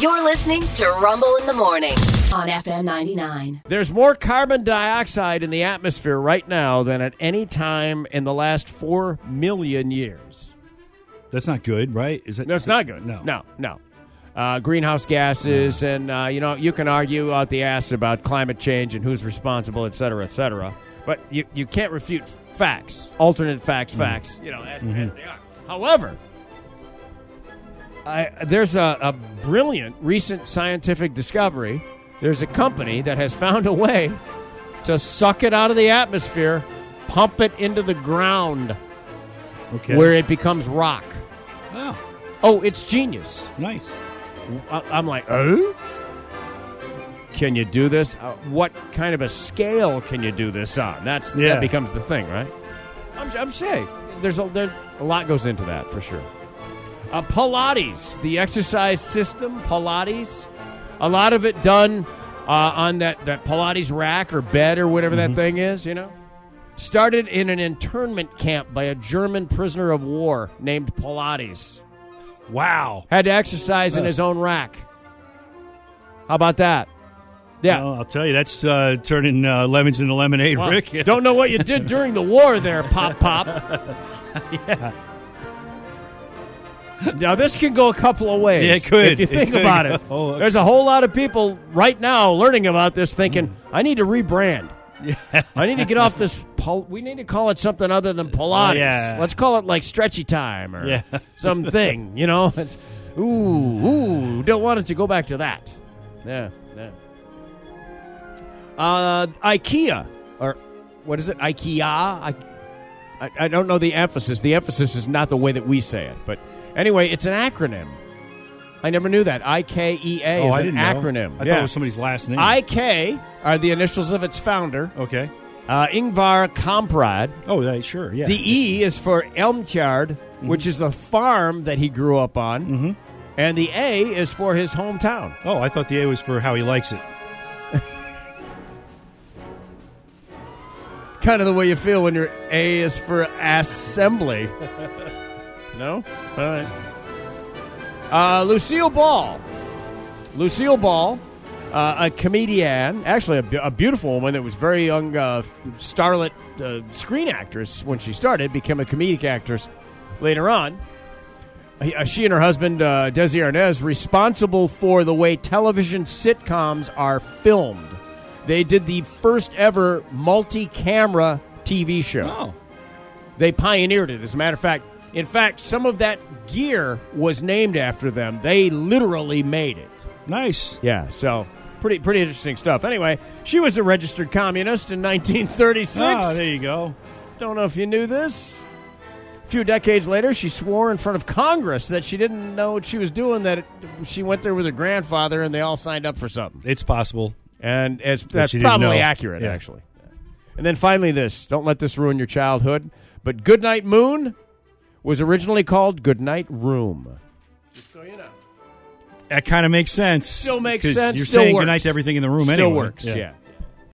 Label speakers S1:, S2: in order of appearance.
S1: You're listening to Rumble in the Morning on FM 99.
S2: There's more carbon dioxide in the atmosphere right now than at any time in the last 4 million years.
S3: That's not good, right? Is it?
S2: No, it's not good.
S3: No.
S2: No, no. Uh, greenhouse gases, and uh, you know you can argue out the ass about climate change and who's responsible, et cetera, et cetera. But you, you can't refute f- facts, alternate
S3: Mm-hmm.
S2: facts, facts. You know, as, as they are. However, I, there's a, a brilliant recent scientific discovery. There's a company that has found a way to suck it out of the atmosphere, pump it into the ground
S3: Okay.
S2: where it becomes rock.
S3: Oh,
S2: Oh, it's genius.
S3: nice.
S2: I- I'm like, oh? Can you do this? Uh, what kind of a scale can you do this on? That's
S3: Yeah.
S2: that becomes the thing, right? I'm, I'm saying there's a there, a lot goes into that for sure. Uh, Pilates, the exercise system, Pilates, a lot of it done uh, on that that Pilates rack or bed or whatever that thing is, you know. Started in an internment camp by a German prisoner of war named Pilates
S3: Wow.
S2: had to exercise in his own rack. How about that? Yeah.
S3: Well, I'll tell you, that's uh, turning uh, lemons into lemonade,
S2: Wow.
S3: Rick.
S2: Don't know what you did during the war there, Pop Pop. yeah. Now, this can go a couple of ways.
S3: Yeah, it could.
S2: If you
S3: It
S2: think
S3: could
S2: about
S3: go.
S2: it,
S3: Oh, okay.
S2: there's a whole lot of people right now learning about this thinking, I need to rebrand. I need to get off this. Pol- we need to call it something other than Pilates.
S3: Oh, yeah.
S2: Let's call it like stretchy time or
S3: Yeah.
S2: something. You know, It's- ooh, ooh, don't want it to go back to that. Yeah, yeah. Uh, IKEA or what is it? IKEA. I, I, I don't know the emphasis. The emphasis is not the way that we say it, but anyway, it's an acronym. I never knew that. IKEA
S3: Oh,
S2: is
S3: I
S2: an
S3: didn't know.
S2: acronym.
S3: I
S2: yeah.
S3: thought it was somebody's last name.
S2: IK are the initials of its founder,
S3: Okay.
S2: uh, Ingvar Kamprad.
S3: Oh, yeah, sure. Yeah.
S2: The E is for Elmtjard, which is the farm that he grew up on, and the A is for his hometown.
S3: oh, I thought the A was for how he likes it.
S2: Kind of the way you feel when your A is for assembly. no? All right. Uh, Lucille Ball. Lucille Ball, uh, a comedian, actually a, bu- a beautiful woman that was very young, uh, starlet uh, screen actress when she started, became a comedic actress later on. Uh, She and her husband, uh, Desi Arnaz, responsible for the way television sitcoms are filmed. They did the first ever multi camera TV
S3: Oh.
S2: show. They pioneered it, as a matter of fact. In fact, some of that gear was named after them. They literally made it.
S3: Nice.
S2: Yeah, so pretty pretty interesting stuff. Anyway, she was a registered communist in 1936.
S3: Oh, there you go.
S2: Don't know if you knew this. A few decades later, she swore in front of Congress that she didn't know what she was doing. That it, she went there with her grandfather, and they all signed up for something.
S3: It's possible.
S2: And it's, that's
S3: you didn't
S2: probably
S3: know.
S2: accurate,
S3: Yeah.
S2: actually. And then finally, this. Don't let this ruin your childhood. But Goodnight Moon was originally called Goodnight Room. Just so you know.
S3: That kind of makes sense.
S2: Still makes
S3: because
S2: sense,
S3: You're
S2: still
S3: saying
S2: works.
S3: goodnight to everything in the room
S2: Still
S3: anyway.
S2: works, yeah.